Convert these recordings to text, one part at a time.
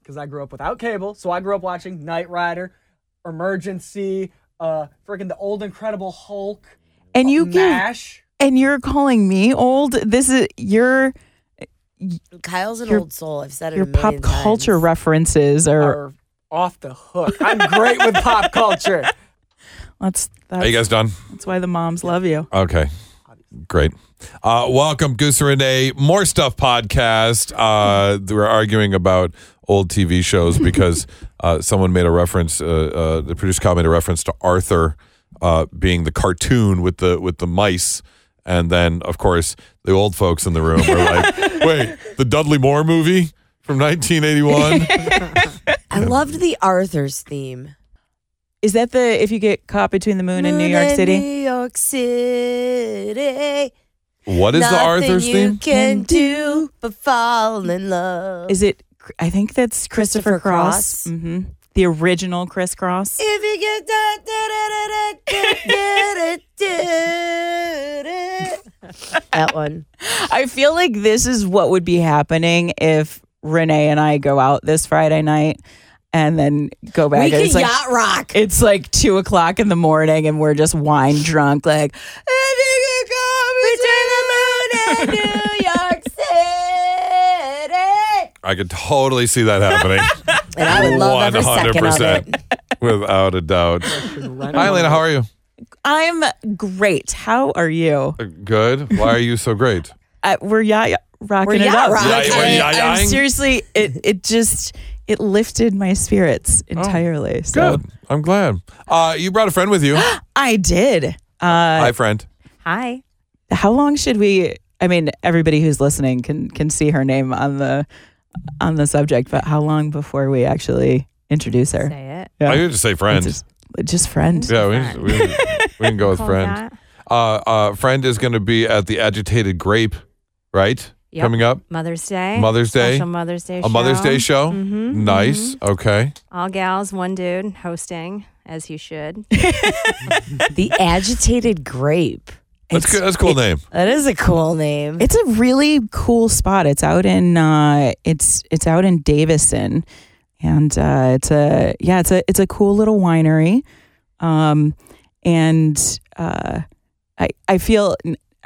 because I grew up without cable. So I grew up watching Knight Rider, Emergency, uh, freaking the old Incredible Hulk, uh, And you can, Mash. and you're calling me old. This is your Kyle's an Your- old soul. I've said it. your a million pop culture times. references Oh. are are off the hook. I'm great with pop culture. that's Are you that's, guys done? that's why the moms love you. Okay. Great. Uh, welcome, Goose Renee. More Stuff podcast. Uh, we're arguing about old TV shows because uh, someone made a reference, uh, uh, the producer Kyle made a reference to Arthur uh, being the cartoon with the with the mice. And then, of course, the old folks in the room were like, wait, the Dudley Moore movie from 1981? I loved the Arthur's theme. Is that the if you get caught between the moon and New Moon York in City? New York City. what is the Nothing Arthur's you theme? can do but fall in love. Is it? I think that's Christopher, Christopher Cross. Cross. hmm The original Chris Cross. if you get that. that one. I feel like this is what would be happening if Renee and I go out this Friday night and then go back. we and can it's like, yacht rock. It's like two o'clock in the morning, and we're just wine drunk. Like, If you could go between the moon and New York City. I could totally see that happening. And I would love every second of it. Without a doubt. Hi, Elena. How are you? I'm great. How are you? Uh, Good. Why are you so great? Uh, we're yacht rocking We're it yacht up. rocking. Like, Yeah, we're I- yacht I'm yachting. seriously, it it just it lifted my spirits entirely. so Good. I'm glad. Uh, you brought a friend with you. I did. Uh, Hi, friend. Hi. how long should we i mean everybody who's listening can can see her name on the on the subject but how long before we actually introduce her say it. I could just say friend. Just, just friend yeah, we, just- we, we can go with Call friend. that. Uh, uh, friend is going to be at the Agitated Grape, right? Yep. Coming up. Mother's Eh, Day. Mother's Day. Special Mother's Day. A Mother's Day show. Mhm, Mm-hmm. Nice. mhm. Okay. All gals, one dude hosting, as he should. The Agitated Grape. That's, It's- good. That's a cool name. That is a cool name. it's a really cool spot it's out in uh it's it's out in davison and uh it's a yeah it's a it's a cool little winery um and uh i i feel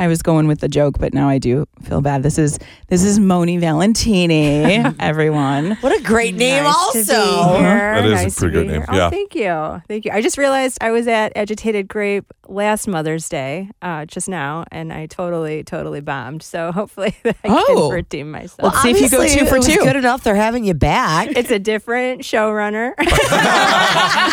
I was going with the joke, but now I do feel bad. This is this is Moni Valentini, everyone. Uh, What a great name, Nice to also. be here. That is a Nice to pretty good be name. here. Oh, Yeah. thank you. Thank you. I just realized I was at Agitated Grape last Mother's Day, uh, just now, and I totally, totally bombed. So hopefully I Oh. can redeem myself. Well, See if you go Obviously, two for it was two. good enough they're having you back. it's a different showrunner.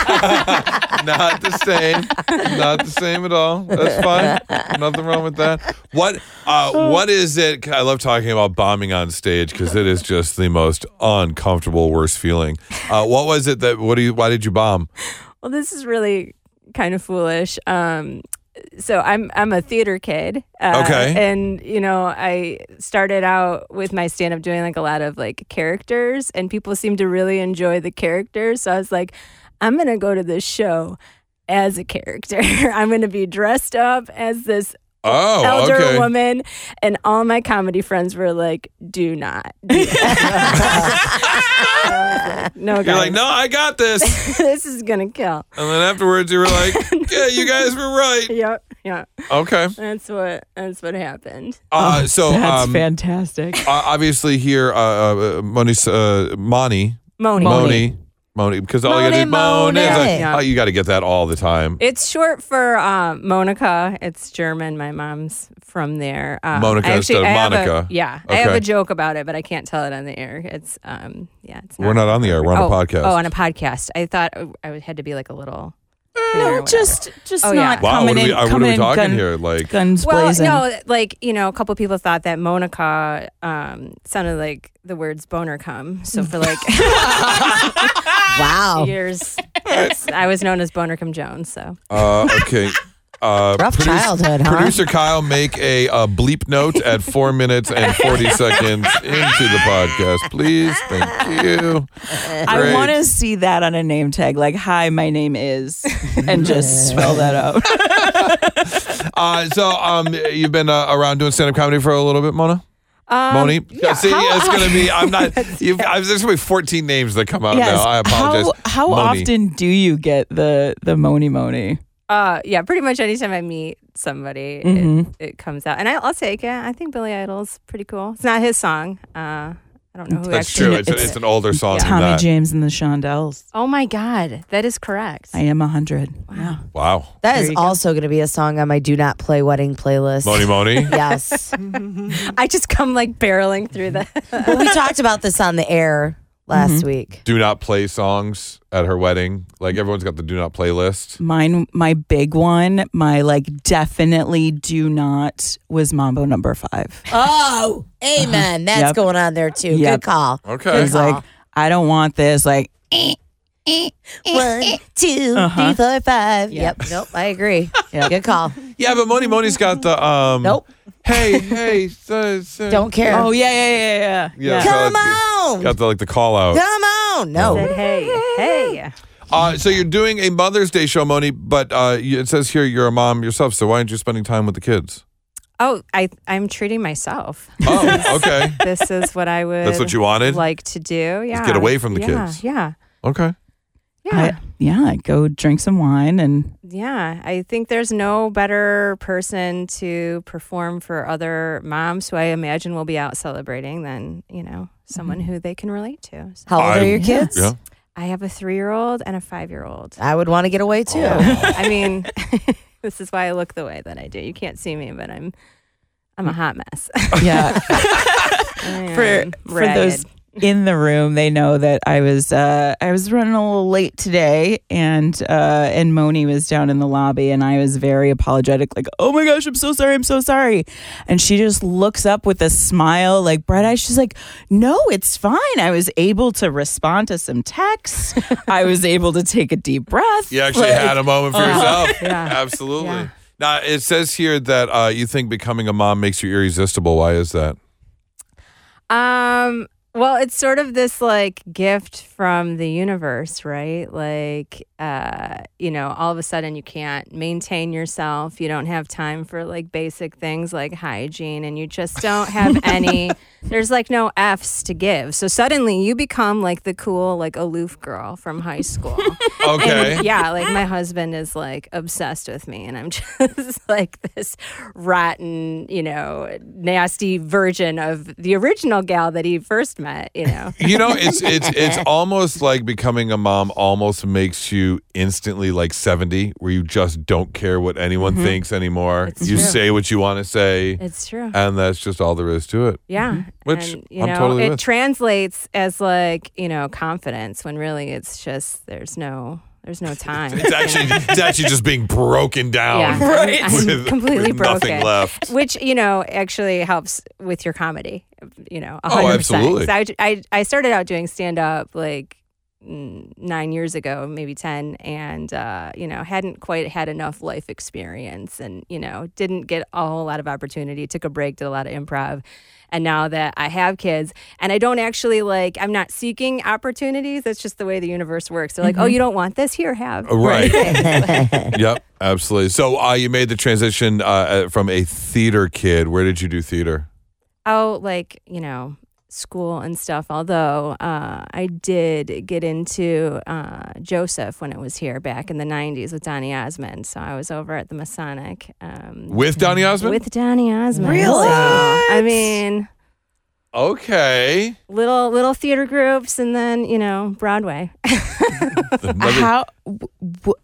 Not the same. Not the same at all. That's fine. Nothing wrong with that. What uh, what is it? I love talking about bombing on stage because it is just the most uncomfortable, worst feeling. Uh, what was it that? What do you? Why did you bomb? Well, this is really kind of foolish. Um, so I'm I'm a theater kid. Uh, Okay. And you know, I started out with my stand up doing like a lot of like characters, and people seemed to really enjoy the characters. So I was like, I'm gonna go to this show as a character. I'm gonna be dressed up as this Oh, elder okay. woman, and all my comedy friends were like, "Do not." do that." And I was like, no, You're guys. like, no, I got this. this is gonna kill. And then afterwards, you were like, yeah, you guys were right. Yep, yeah. Okay. That's what that's what happened. Uh, so Oh, That's um, uh, fantastic. obviously here, uh, uh, Moni, uh, Moni, Moni. Moni, Moni, because all you Moni, got to do, Moni. It's Moni. like, Yeah. oh, you got to get that all the time. It's short for um, Monica. It's German. My mom's from there. Um, Monica I instead of I have a- Monica. yeah, I have Okay. a joke about it, but I can't tell it on the air. It's um, yeah, it's We're not on the air. We're on oh, a podcast. Oh, on a podcast. I thought oh, I would- had to be like a little. Eh, No, just just Oh, not yeah. wow. What coming are in. we, uh, what are coming we in talking gun, here? Like, Guns Well, blazing. no, like you know, a couple people thought that Monica um, sounded like the words "boner come." So for like Wow. years, that's- I was known as Boner Come Jones. So uh, okay. Uh, Rough childhood, huh? Producer Kyle, make a, uh bleep note at four minutes and 40 seconds into the podcast, please. Thank you. I Great. want to see that on a name tag, like "Hi, my name is," and just spell that out. Uh, so um, you've been uh, around doing stand up comedy for a little bit, Mona. Um, Moni, see, How- it's going to be. I'm not. You've, I, there's going to be 14 names that come out now. Oh, I apologize. How, how Moni. often do you get the the moni moni? Uh, yeah, pretty much anytime I meet somebody, Mhm. it, it comes out, and I, I'll take it. I think Billy Idol's pretty cool. It's not his song. Uh, I don't know who That's actually true. It's, did it. it's, an older song than Tommy that. James and the Shondells. oh my God, that is correct. I am a hundred. Yeah. Wow. That There is you go. also going to be a song on my Do Not Play Wedding playlist. Moni Moni. Yes. I just come like barreling through the. well, we talked about this on the air last week. do not play songs at her wedding. Like everyone's got the do not playlist. Mine, my big one, my like definitely do not was Mambo number five. Oh, amen. That's Yep. going on there too. Yep. Good call. I Okay. was like, I don't want this. Like, One, two, Uh-huh. three, four, five. Yeah. Yep. Nope. I agree. Good call. Yeah, but Moni Moni's got the um. Nope. Hey, hey, so, so- Don't care. oh yeah, yeah, yeah, yeah. Yeah, so Come it's- on. Got the like the call out. Come on. No. said, hey, hey. Uh, so you're doing a Mother's Day show, Moni, but uh, you- it says here you're a mom yourself. So why aren't you spending time with the kids? Oh, I I'm treating myself. Oh, okay. This is what I would. That's what you wanted. like to do. Yeah, get away from the yeah, kids. Yeah, Okay. yeah. I, yeah, go drink some wine and Yeah, I think there's no better person to perform for other moms who I imagine will be out celebrating than, you know, someone Mm-hmm. who they can relate to. So How old I- are your kids? Yeah. I have a three year old and a five year old. I would want to get away too. Oh. I mean, this is why I look the way that I do. You can't see me, but I'm. I'm a Mm. hot mess. yeah. for for those in the room, they know that I was uh, I was running a little late today, and uh, and Moni was down in the lobby, and I was very apologetic, like, "Oh my gosh, I'm so sorry, I'm so sorry," and she just looks up with a smile, like bright eyes. She's like, "No, it's fine. I was able to respond to some texts. I was able to take a deep breath. You actually Like, had a moment for yourself. Uh-huh. Yeah. Absolutely. Yeah. Now it says here that uh, you think becoming a mom makes you irresistible. Why is that? Um, well, it's sort of this like gift from the universe, right? Like, uh, you know, all of a sudden you can't maintain yourself. You don't have time for like basic things like hygiene, and you just don't have any. There's like no F's to give. So suddenly you become like the cool, like aloof girl from high school. Okay. And yeah, like my husband is like obsessed with me, and I'm just like this rotten, you know, nasty version of the original gal that he first met. You know, you know it's it's it's almost like becoming a mom almost makes you instantly like 70 where you just don't care what anyone thinks anymore Mm-hmm. It's you true. say what you want to say it's true. and that's just all there is to it Yeah, Uh, mm-hmm. Which and, you I'm know, totally it with. translates as like you know confidence when really it's just there's no there's no time. it's actually it's actually just being broken down yeah, I'm, I'm with- completely with broken. nothing left which you know actually helps with your comedy you know 100%. Oh, absolutely. 'Cause I, I, I started out doing stand-up like mm, nine years ago maybe ten and uh, you know hadn't quite had enough life experience and you know didn't get a whole lot of opportunity took a break did a lot of improv and now that i have kids and i don't actually like i'm not seeking opportunities that's just the way the universe works they're like Mm-hmm. oh you don't want this here have right Uh, yep absolutely so uh, you made the transition uh, uh, from a theater kid where did you do theater Oh, like, you know, school and stuff. Although uh, I did get into uh, Joseph when it was here back in the 90s with Donny Osmond. So I was over at the Masonic um, with donny osmond with Donny Osmond. Really? So, I What? mean, okay little little theater groups and then, you know, Broadway. Another- How? W- w-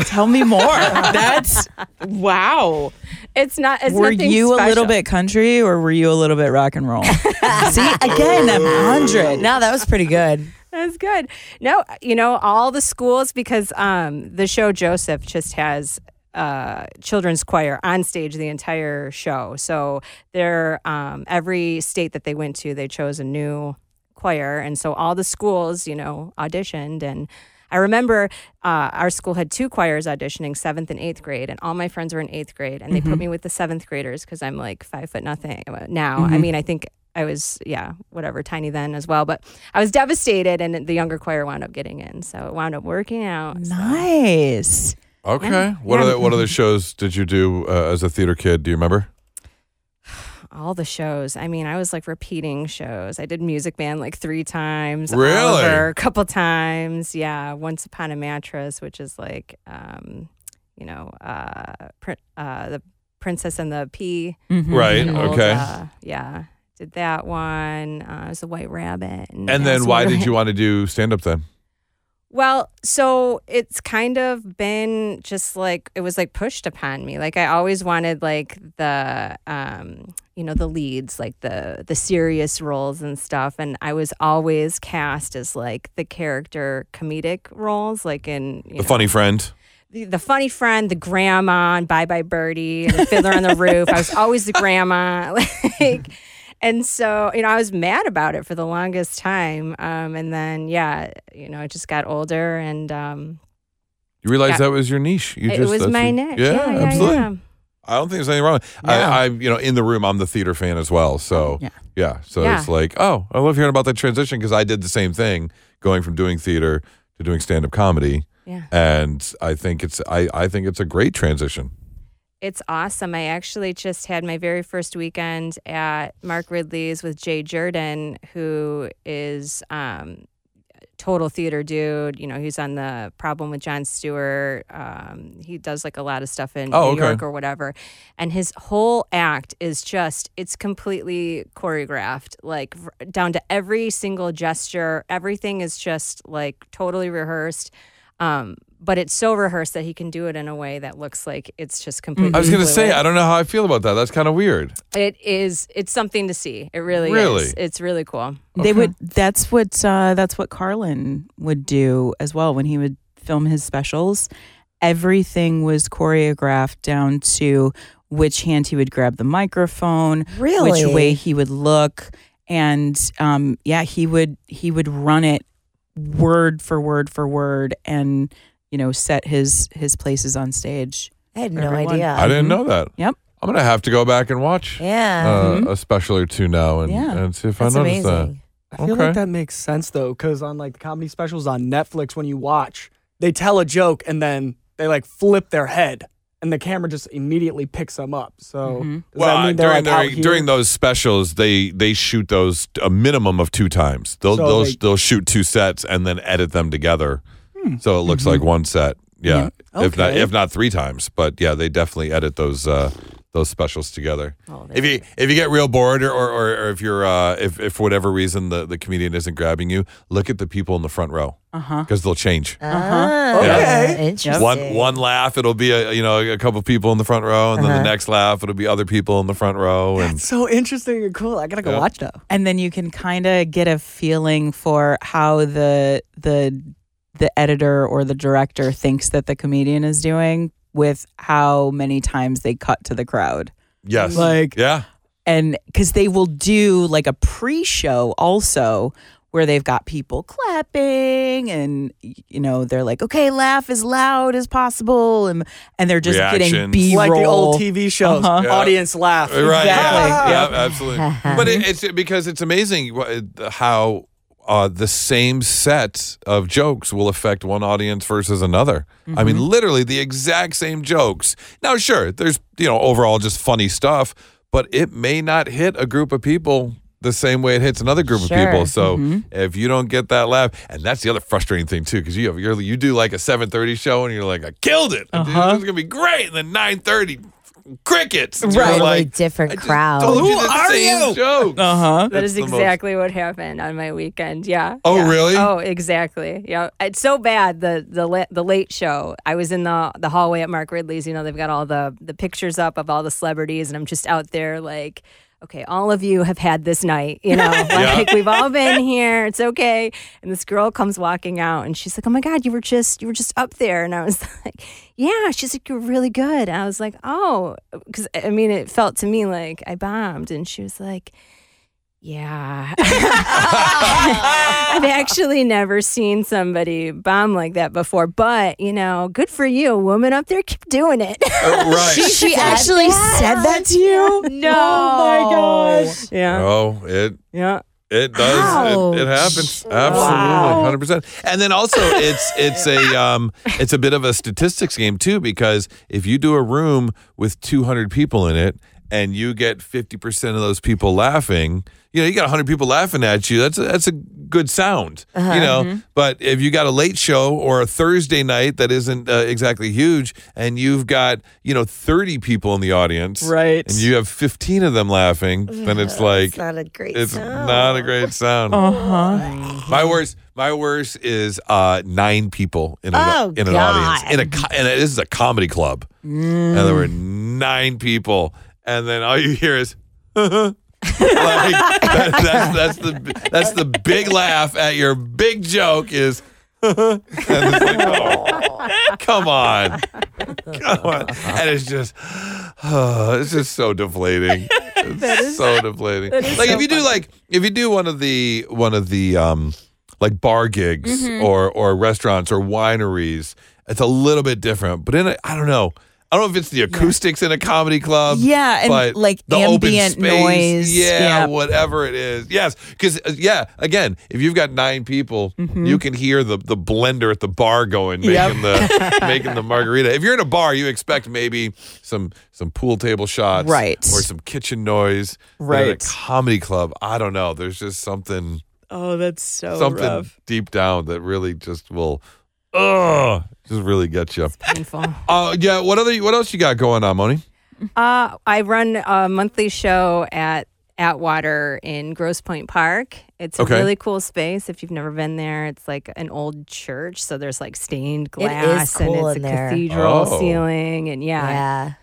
tell me more. That's wow. It's not it's were nothing you a little special. bit country or were you a little bit rock and roll? See, again, I'm 100. No, that was pretty good. That's good. No, you know, all the schools because um the show Joseph just has uh children's choir on stage the entire show. So they're um every state that they went to, they chose a new choir and so all the schools, you know, auditioned and I remember uh, our school had two choirs auditioning, seventh and eighth grade, and all my friends were in eighth grade, and they put me with the seventh graders because I'm like five foot nothing uh, now. I mean, I think I was, yeah, whatever, tiny then as well, but I was devastated, and the younger choir wound up getting in, so it wound up working out. so- Nice. Okay. What Yeah. other what other shows did you do uh, as a theater kid? Do you remember? all the shows. I mean, I was like repeating shows. I did Music Man like three times. Really? Oliver, a couple times. Yeah. Once Upon a Mattress, which is like, um, you know, uh, prin- uh, the Princess and the Pea. Mhm. Right. an old, Okay. uh, yeah. Did that one. Uh, it was the White Rabbit. And that then was why one of did my- you want to do stand up then? Well, so it's kind of been just like it was like pushed upon me. Like I always wanted like the um you know the leads, like the the serious roles and stuff and I was always cast as like the character comedic roles like in you The know, funny friend. the, the funny friend, the grandma, and Bye Bye Birdie, and the fiddler on the roof. I was always the grandma, like, and so you know I was mad about it for the longest time. Um, and then yeah, you know I just got older, and um, You realize Yeah. that was your niche. You it just, was that's my your- niche. Yeah, yeah, absolutely. yeah. I don't think there's anything wrong. No. I, I, you know, in the room, I'm the theater fan as well. So Yeah. yeah, so Yeah. it's like, oh, I love hearing about that transition because I did the same thing, going from doing theater to doing stand up comedy, yeah. and I think it's, I, I think it's a great transition. It's awesome. I actually just had my very first weekend at Mark Ridley's with Jay Jordan, who is um, total theater dude. You know, he's on the problem with John Stewart. Um, he does like a lot of stuff in Oh, New okay. York or whatever. And his whole act is just, it's completely choreographed, like v- down to every single gesture. Everything is just like totally rehearsed. Um, but it's so rehearsed that he can do it in a way that looks like it's just completely. I was going to say, fluid. I don't know how I feel about that. That's kind of weird. it is. It's something to see. It really, Really? is. It's really cool. They would. That's what. Uh, that's what Carlin would do as well when he would film his specials. Everything was choreographed down to which hand he would grab the microphone, Really? which way he would look, and um, yeah, he would he would run it word for word for word, and you know set his his places on stage. I had for no everyone. idea. I didn't know that. Yep. I'm going to have to go back and watch yeah. uh, Mhm. a special or two now and, Yeah. and see if That's I notice that. amazing. I feel Okay. like that makes sense though, because on like the comedy specials on Netflix, when you watch, they tell a joke and then they like flip their head, and the camera just immediately picks them up. So Mhm. does that mean they're uh, during like out during, here? during those specials, they they shoot those a minimum of two times. They'll So they'll they- they'll shoot two sets and then edit them together, so it looks like one set. Yeah, if not Hmm. Mm-hmm. Okay. if not three times, but yeah, they definitely edit those uh, those specials together. If you if you get real bored or, or, or or if you're uh, if if for whatever reason the, the comedian isn't grabbing you, look at the people in the front row Uh huh. because they'll change. Ah, Okay. Interesting. One one laugh, it'll be a you know a couple people in the front row, and then Uh-huh. the next laugh, it'll be other people in the front row, and That's so interesting and cool. I gotta go Yeah. watch now. and then you can kind of get a feeling for how the the the editor or the director thinks that the comedian is doing with how many times they cut to the crowd yes, Like, yeah. and because they will do like a pre-show also where they've got people clapping and y- you know they're like okay laugh as loud as possible and and they're just getting Reactions. b-roll like the old TV shows, E Uh-huh. Yeah. audience laugh. Right. Exactly. Yeah, yeah, absolutely. but it, it's because it's amazing wha- uh, how uh, the same set of jokes will affect one audience versus another. I mean, Mm-hmm. literally the exact same jokes. Now, sure, there's you know overall just funny stuff, but it may not hit a group of people the same way it hits another group of Sure. people. So Mm-hmm. if you don't get that laugh, and that's the other frustrating thing too, because you have you're, you do like a 7:30 show and you're like, I killed it. I did- Uh-huh. This is gonna be great. And then 9:30 crickets. And you're Totally like, I different just crowd. told you Who the are same you? joke. uh-huh That That's is the most- exactly what happened on my weekend. Yeah. Oh, Yeah. really? Oh, exactly. Yeah. It's so bad the the la- the late show. I was in the the hallway at Mark Ridley's. You know, they've got all the the pictures up of all the celebrities, and I'm just out there like. Okay, all of you have had this night, you know. Like we've all been here. It's okay. And this girl comes walking out, and she's like, "Oh my god, you were just you were just up there." And I was like, "Yeah." She's like, "You're really good." And I was like, "Oh," because I mean, it felt to me like I bombed. And she was like, yeah. I've actually never seen somebody bomb like that before, but you know, good for you, woman up there, keep doing it. Uh, right. she actually said that to you? no. Oh my gosh. Yeah. oh, it Yeah. it does. It, it happens. Ouch. Absolutely, hundred percent. And then also, it's it's a um, it's a bit of a statistics game too, because if you do a room with two hundred people in it. and you get 50% of those people laughing, you know, you got 100 people laughing at you. That's a, that's a good sound, you know. But if you got a late show or a Thursday night that isn't uh, exactly huge and you've got, you know, 30 people in the audience Right. and you have 15 of them laughing, then it's like it's not a great it's sound. not a great sound. Uh huh. My worst, my worst is uh, nine people in an, Oh, in an God. audience in a co- and this is a comedy club, and there were nine people, and then all you hear is. like that, that's that's the that's the big laugh at your big joke is and it's like, oh, come on come on and it's just it's just so deflating it's so deflating like if you do like if you do one of the one of the um like bar gigs or or restaurants or wineries it's a little bit different but in a, i don't know I don't know if it's the acoustics in a comedy club. Yeah, and, but like, the open ambient space, noise. Yeah, Yeah. whatever it is. Yes, because yeah, again, if you've got nine people, Mm-hmm. you can hear the the blender at the bar going, making Yep. the making the margarita. If you're in a bar, you expect maybe some some pool table shots, Right. or some kitchen noise, But In a Right. comedy club, I don't know. There's just something Oh, that's so something deep down that really just will, ugh, just really get you. Painful. Uh, yeah. What other? What else you got going on, Moni? Uh, I run a monthly show at Atwater in Grosse Pointe Park. It's Okay. a really cool space. If you've never been there, it's like an old church, so there's like stained It is glass cool and in it's a there. cathedral Oh. ceiling, and yeah.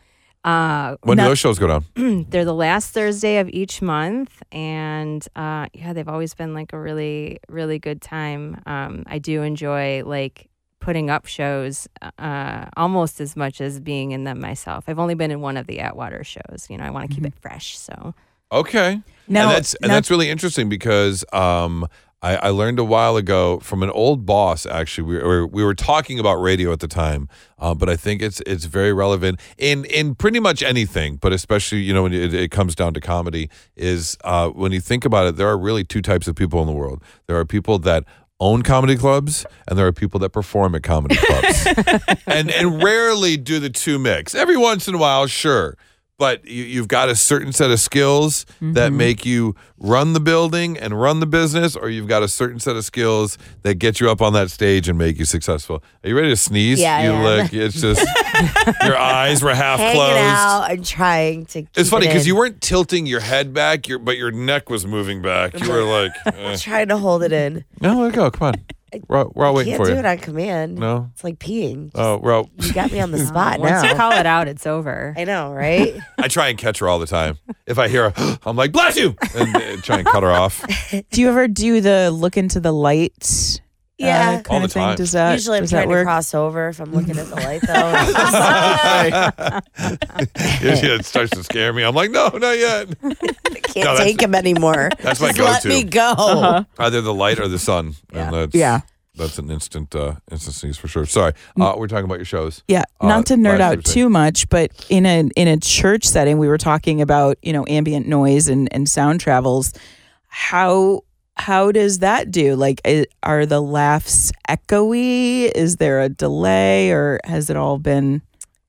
Yeah. Uh, When no- do those shows go down? they're the last Thursday of each month, and uh, yeah, they've always been like a really, really good time. Um, I do enjoy like putting up shows uh, almost as much as being in them myself. I've only been in one of the Atwater shows. You know, I want to keep it fresh. So Okay. Now, and that's and now- that's really interesting because um, I, I learned a while ago from an old boss. Actually, we were, we were talking about radio at the time, uh, but I think it's it's very relevant in in pretty much anything, but especially you know when it, it comes down to comedy. Is uh, when you think about it, there are really two types of people in the world. There are people that own comedy clubs and there are people that perform at comedy clubs and and rarely do the two mix. Every once in a while, sure, but you, you've got a certain set of skills that Mm-hmm. make you run the building and run the business, or you've got a certain set of skills that get you up on that stage and make you successful. Are you ready to sneeze? Yeah, I you am. look. It's just your eyes were half Hanging closed. out and trying to. It's keep funny it because in. you weren't tilting your head back, your but your neck was moving back. You were like, eh. trying to hold it in. "No, let it go. Come on, we're all, we're all waiting Can't for do you." it on command. no, It's like peeing. oh, we're all, You got me on the spot once you now. call it out, it's over. I know, right? I try and catch her all the time. If I hear her, I'm like, bless you, and uh, try and cut her off. do you ever do the look into the light? uh, Yeah. kind All the of thing. time. Does that Usually I'm does that trying to work? cross over if I'm looking at the light though. yeah, it starts to scare me. I'm like, no, not yet. Can't No, that's- take him anymore. that's my Just let go-to. me go. Uh-huh. Either the light or the sun. Yeah. And that's, Yeah. That's an instant, uh, instant sneeze for sure. Sorry, uh, we're talking about your shows. Yeah, Uh, not to nerd last out Thursday. too much, but in a in a church setting, we were talking about you know ambient noise and and sound travels. How how does that do? Like, i are the laughs echoey? Is there a delay, or has it all been?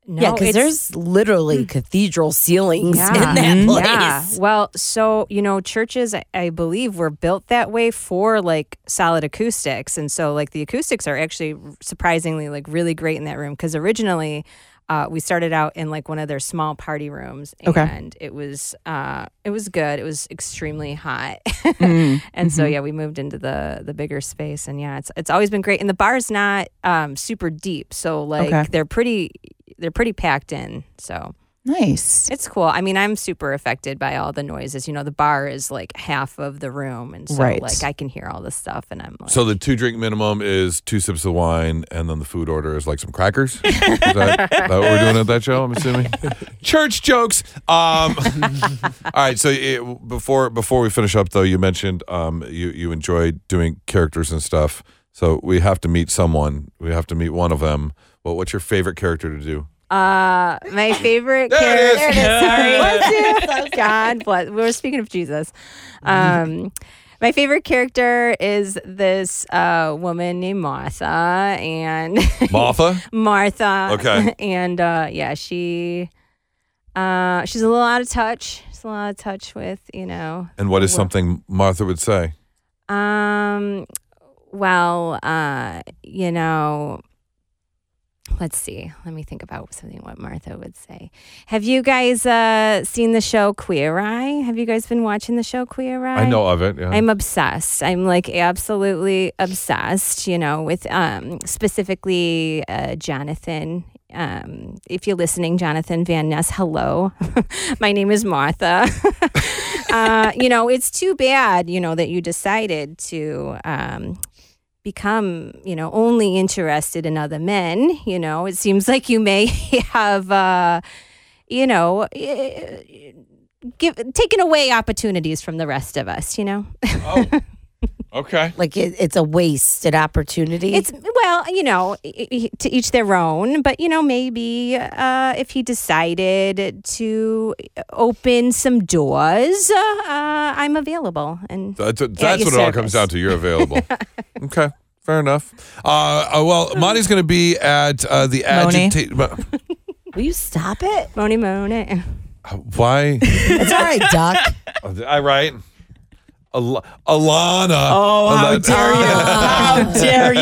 No, yeah, because it's- Hmm. there's literally cathedral ceilings Yeah. Mm-hmm. in that Mhm. place. Yeah. Well, so, you know, churches, I, I believe, were built that way for like solid acoustics. And so, like, the acoustics are actually surprisingly, like, really great in that room because originally, uh, we started out in like one of their small party rooms, and Okay. it was uh, it was good. It was extremely hot, Mm-hmm. Mm. and so yeah, we moved into the the bigger space, and yeah, it's it's always been great. And the bar's not um, super deep, so like Okay. they're pretty they're pretty packed in. So Nice. it's cool. I mean, I'm super affected by all the noises. You know, the bar is like half of the room, and so Right. like I can hear all this stuff, and I'm like, So the two drink minimum is two sips of wine, and then the food order is like some crackers. Is that, that what we're doing at that show? I'm assuming. Church jokes. Um, all right. So it, before before we finish up, though, you mentioned um, you you enjoy doing characters and stuff. So we have to meet someone. We have to meet one of them. Well, what's your favorite character to do? uh, my favorite There it is. character. Sorry, Bless you. God bless. We were speaking of Jesus. Um, my favorite character is this uh, woman named Martha, and Martha. Martha. Okay. and uh, yeah, she. Uh, she's a little out of touch. She's a little out of touch with you know. And what is Well- something Martha would say? Um, well, uh, you know. Let's see. Let me think about something what Martha would say. Have you guys uh, seen the show Queer Eye? Have you guys been watching the show Queer Eye? I know of it. Yeah. I'm obsessed. I'm like absolutely obsessed, you know, with um, specifically uh, Jonathan. Um, if you're listening, Jonathan Van Ness, hello. My name is Martha. uh, you know, it's too bad, you know, that you decided to um, become, you know, only interested in other men. You know, it seems like you may have, uh, you know, eh, give, taken away opportunities from the rest of us, you know? oh. Okay. Like it, it's a wasted opportunity. It's well, you know, i- i- to each their own. But you know, maybe uh, if he decided to open some doors, uh, I'm available. And That's, that's Yeah, what it your all service. comes down to. You're available. okay. Fair enough. Uh, uh, well, Monty's going to be at uh, the Moni. agitate. Mo- Will you stop it? Moni Moni, uh, Why? It's all right, Doc. I right. Al- Alana. Oh, how Alana- dare you. How dare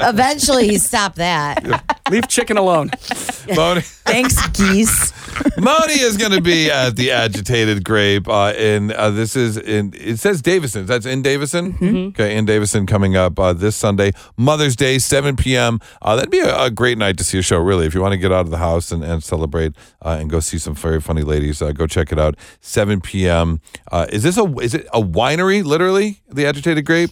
you. Eventually, he stopped that. Leave chicken alone. Moni. Thanks, geese. Moni is going to be at the Agitated Grape, uh, and uh, this is in. It says Davison. That's in Davison. Okay, in Davison coming up uh, this Sunday, Mother's Day, 7 p.m. Uh, that'd be a, a great night to see a show. Really, if you want to get out of the house and, and celebrate uh, and go see some very funny ladies, uh, go check it out. 7 p.m. Uh, is this a is it a winery? Literally, the Agitated Grape,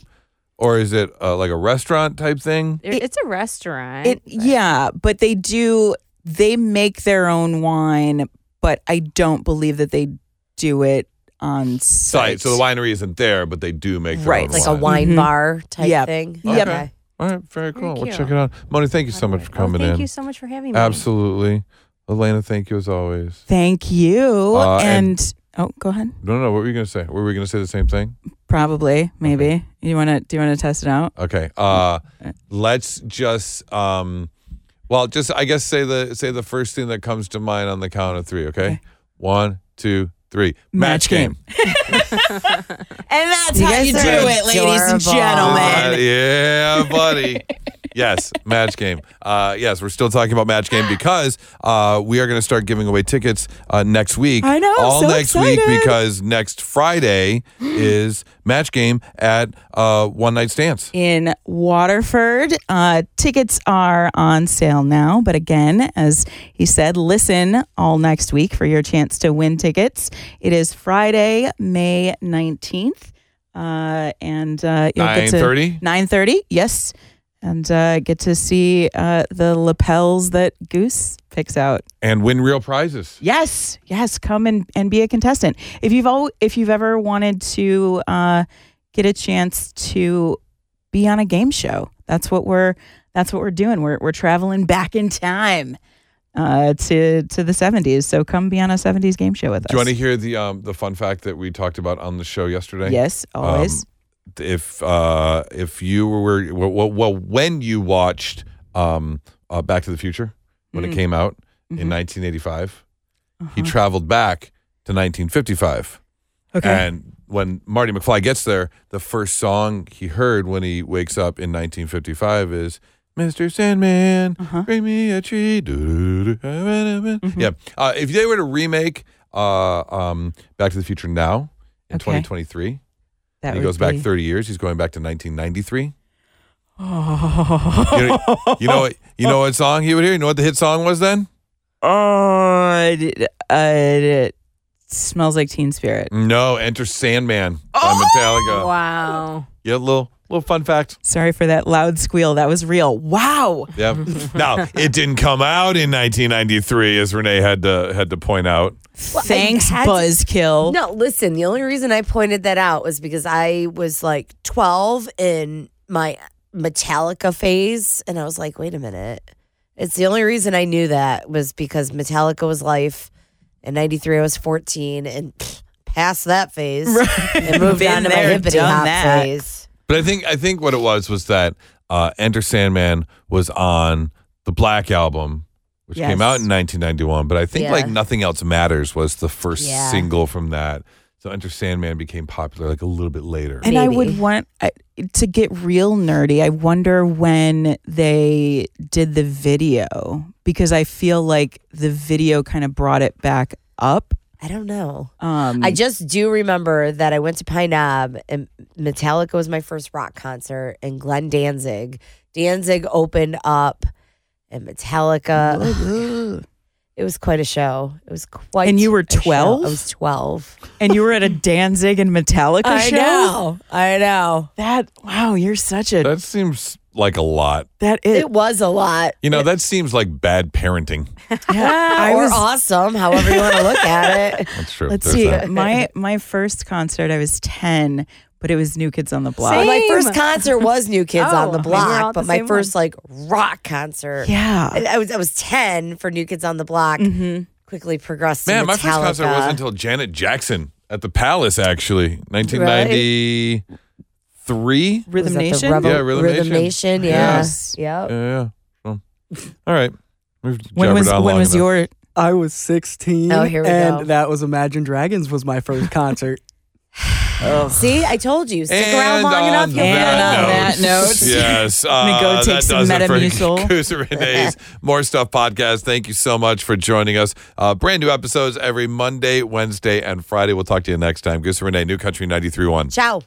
or is it uh, like a restaurant type thing? it's a restaurant. It, yeah, but they do. They make their own wine, but I don't believe that they do it on Sorry, site. so the winery isn't there, but they do make their Right, own It's like a wine. wine Mm-hmm. Mhm. bar type Yep. thing. Yep. Okay. All right, very cool. we'll cute. check it out. Moni, thank you so much for coming oh, thank in. you so much for having me. Absolutely. Elena, thank you as always. Thank you. Uh, and- and, oh, go ahead. No, no, no. What were you going to say? Were we going to say the same thing? Probably, maybe. You want to? Do you want to test it out? Okay. Uh, let's just, um, well, just I guess say the say the first thing that comes to mind on the count of three. Okay, Okay. one, two, three. Match game. And that's You how guys you do are it, ladies and adorable. gentlemen. Uh, yeah, buddy. yes, match game. Uh, yes, we're still talking about match game because uh, we are going to start giving away tickets uh, next week. I know, I'm all so next week excited. because next Friday is match game at uh, One Night Stands. in Waterford. Uh, tickets are on sale now, but again, as he said, listen all next week for your chance to win tickets. It is Friday, May 19th, uh, and uh, you'll get to 9:30. 9:30. Yes. And uh, get to see uh, the lapels that Goose picks out. and win real prizes. Yes, yes, come and, and be a contestant. If you've all, if you've ever wanted to uh, get a chance to be on a game show, that's what we're that's what we're doing. We're we're traveling back in time uh, to to the seventies. So come be on a seventies game show with us. Do you want to hear the um, the fun fact that we talked about on the show yesterday? Yes, always. if uh, if you were well, well when you watched um, uh, Back to the Future when Mm. it came out in Mm-hmm. 1985, Uh-huh. he traveled back to 1955, okay. and when Marty McFly gets there, the first song he heard when he wakes up in 1955 is. Mr. Sandman, Uh-huh. bring me a tree. Doo-doo-doo-doo. Mm-hmm. Yeah. Uh, if they were to remake uh, um, Back to the Future now in Okay. 2023, that he would goes back be- 30 years. He's going back to 1993. Oh, You know, you know what? You know what song he would hear? You know what the hit song was then? oh, it, uh, it smells like Teen Spirit. No, Enter Sandman Oh, by Metallica. Wow. Yeah, little little fun fact. Sorry for that loud squeal. That was real. Wow. Yeah. now it didn't come out in 1993, as Renee had to had to point out. Well, I Thanks, had- Buzzkill. No, listen, the only reason I pointed that out was because I was like 12 in my Metallica phase. And I was like, wait a minute. It's the only reason I knew that was because Metallica was life. In 93, I was 14 and pfft, past that phase and moved Been on to my there, hippity done hop that. phase. But I think I think what it was was that uh, Enter Sandman was on the Black album, which Yes. came out in 1991. But I think Yeah. like Nothing Else Matters was the first Yeah. single from that. So Enter Sandman became popular like a little bit later. And I would Maybe. want I- to get real nerdy. I wonder when they did the video because I feel like the video kind of brought it back up. I don't know. Um, I just do remember that I went to Pine Knob and Metallica was my first rock concert and Glenn Danzig. Danzig opened up and Metallica. It was quite a show. It was quite And you were a show. 12? I was 12. and you were at a Danzig and Metallica show. I know. That wow, you're such a That seems like a lot. that It, is. was a lot. You know, that seems like bad parenting. yeah, I or was awesome, however you want to look at it. That's true. Let's There's see. Uh, that. My my first concert, I was ten, but it was New Kids on the Block. Same. My first concert was New Kids Oh, on the we were all at Block, the but my same first like rock concert. Yeah. I, I was I was 10 for New Kids on the Block. Mm-hmm. Quickly progressed to Man, my first concert Metallica. wasn't until Janet Jackson at the Palace, actually, 1993. Rhythm Was that the Nation. Rebel- Yeah, Rhythm Nation. yeah. Yes. Yep. Yeah, yeah. Well, all right. We've when jabbered was on when long was enough. your? I was 16. Oh, here we and go. that was Imagine Dragons was my first concert. See, I told you. Stick around And long on enough, you'll And figure it on out. that note. yes, Let me go uh, take that some does Metamucil. it for Goose Renee's More Stuff podcast. Thank you so much for joining us. Uh, brand new episodes every Monday, Wednesday, and Friday. We'll talk to you next time. Goose Renee, New Country 93.1. Ciao.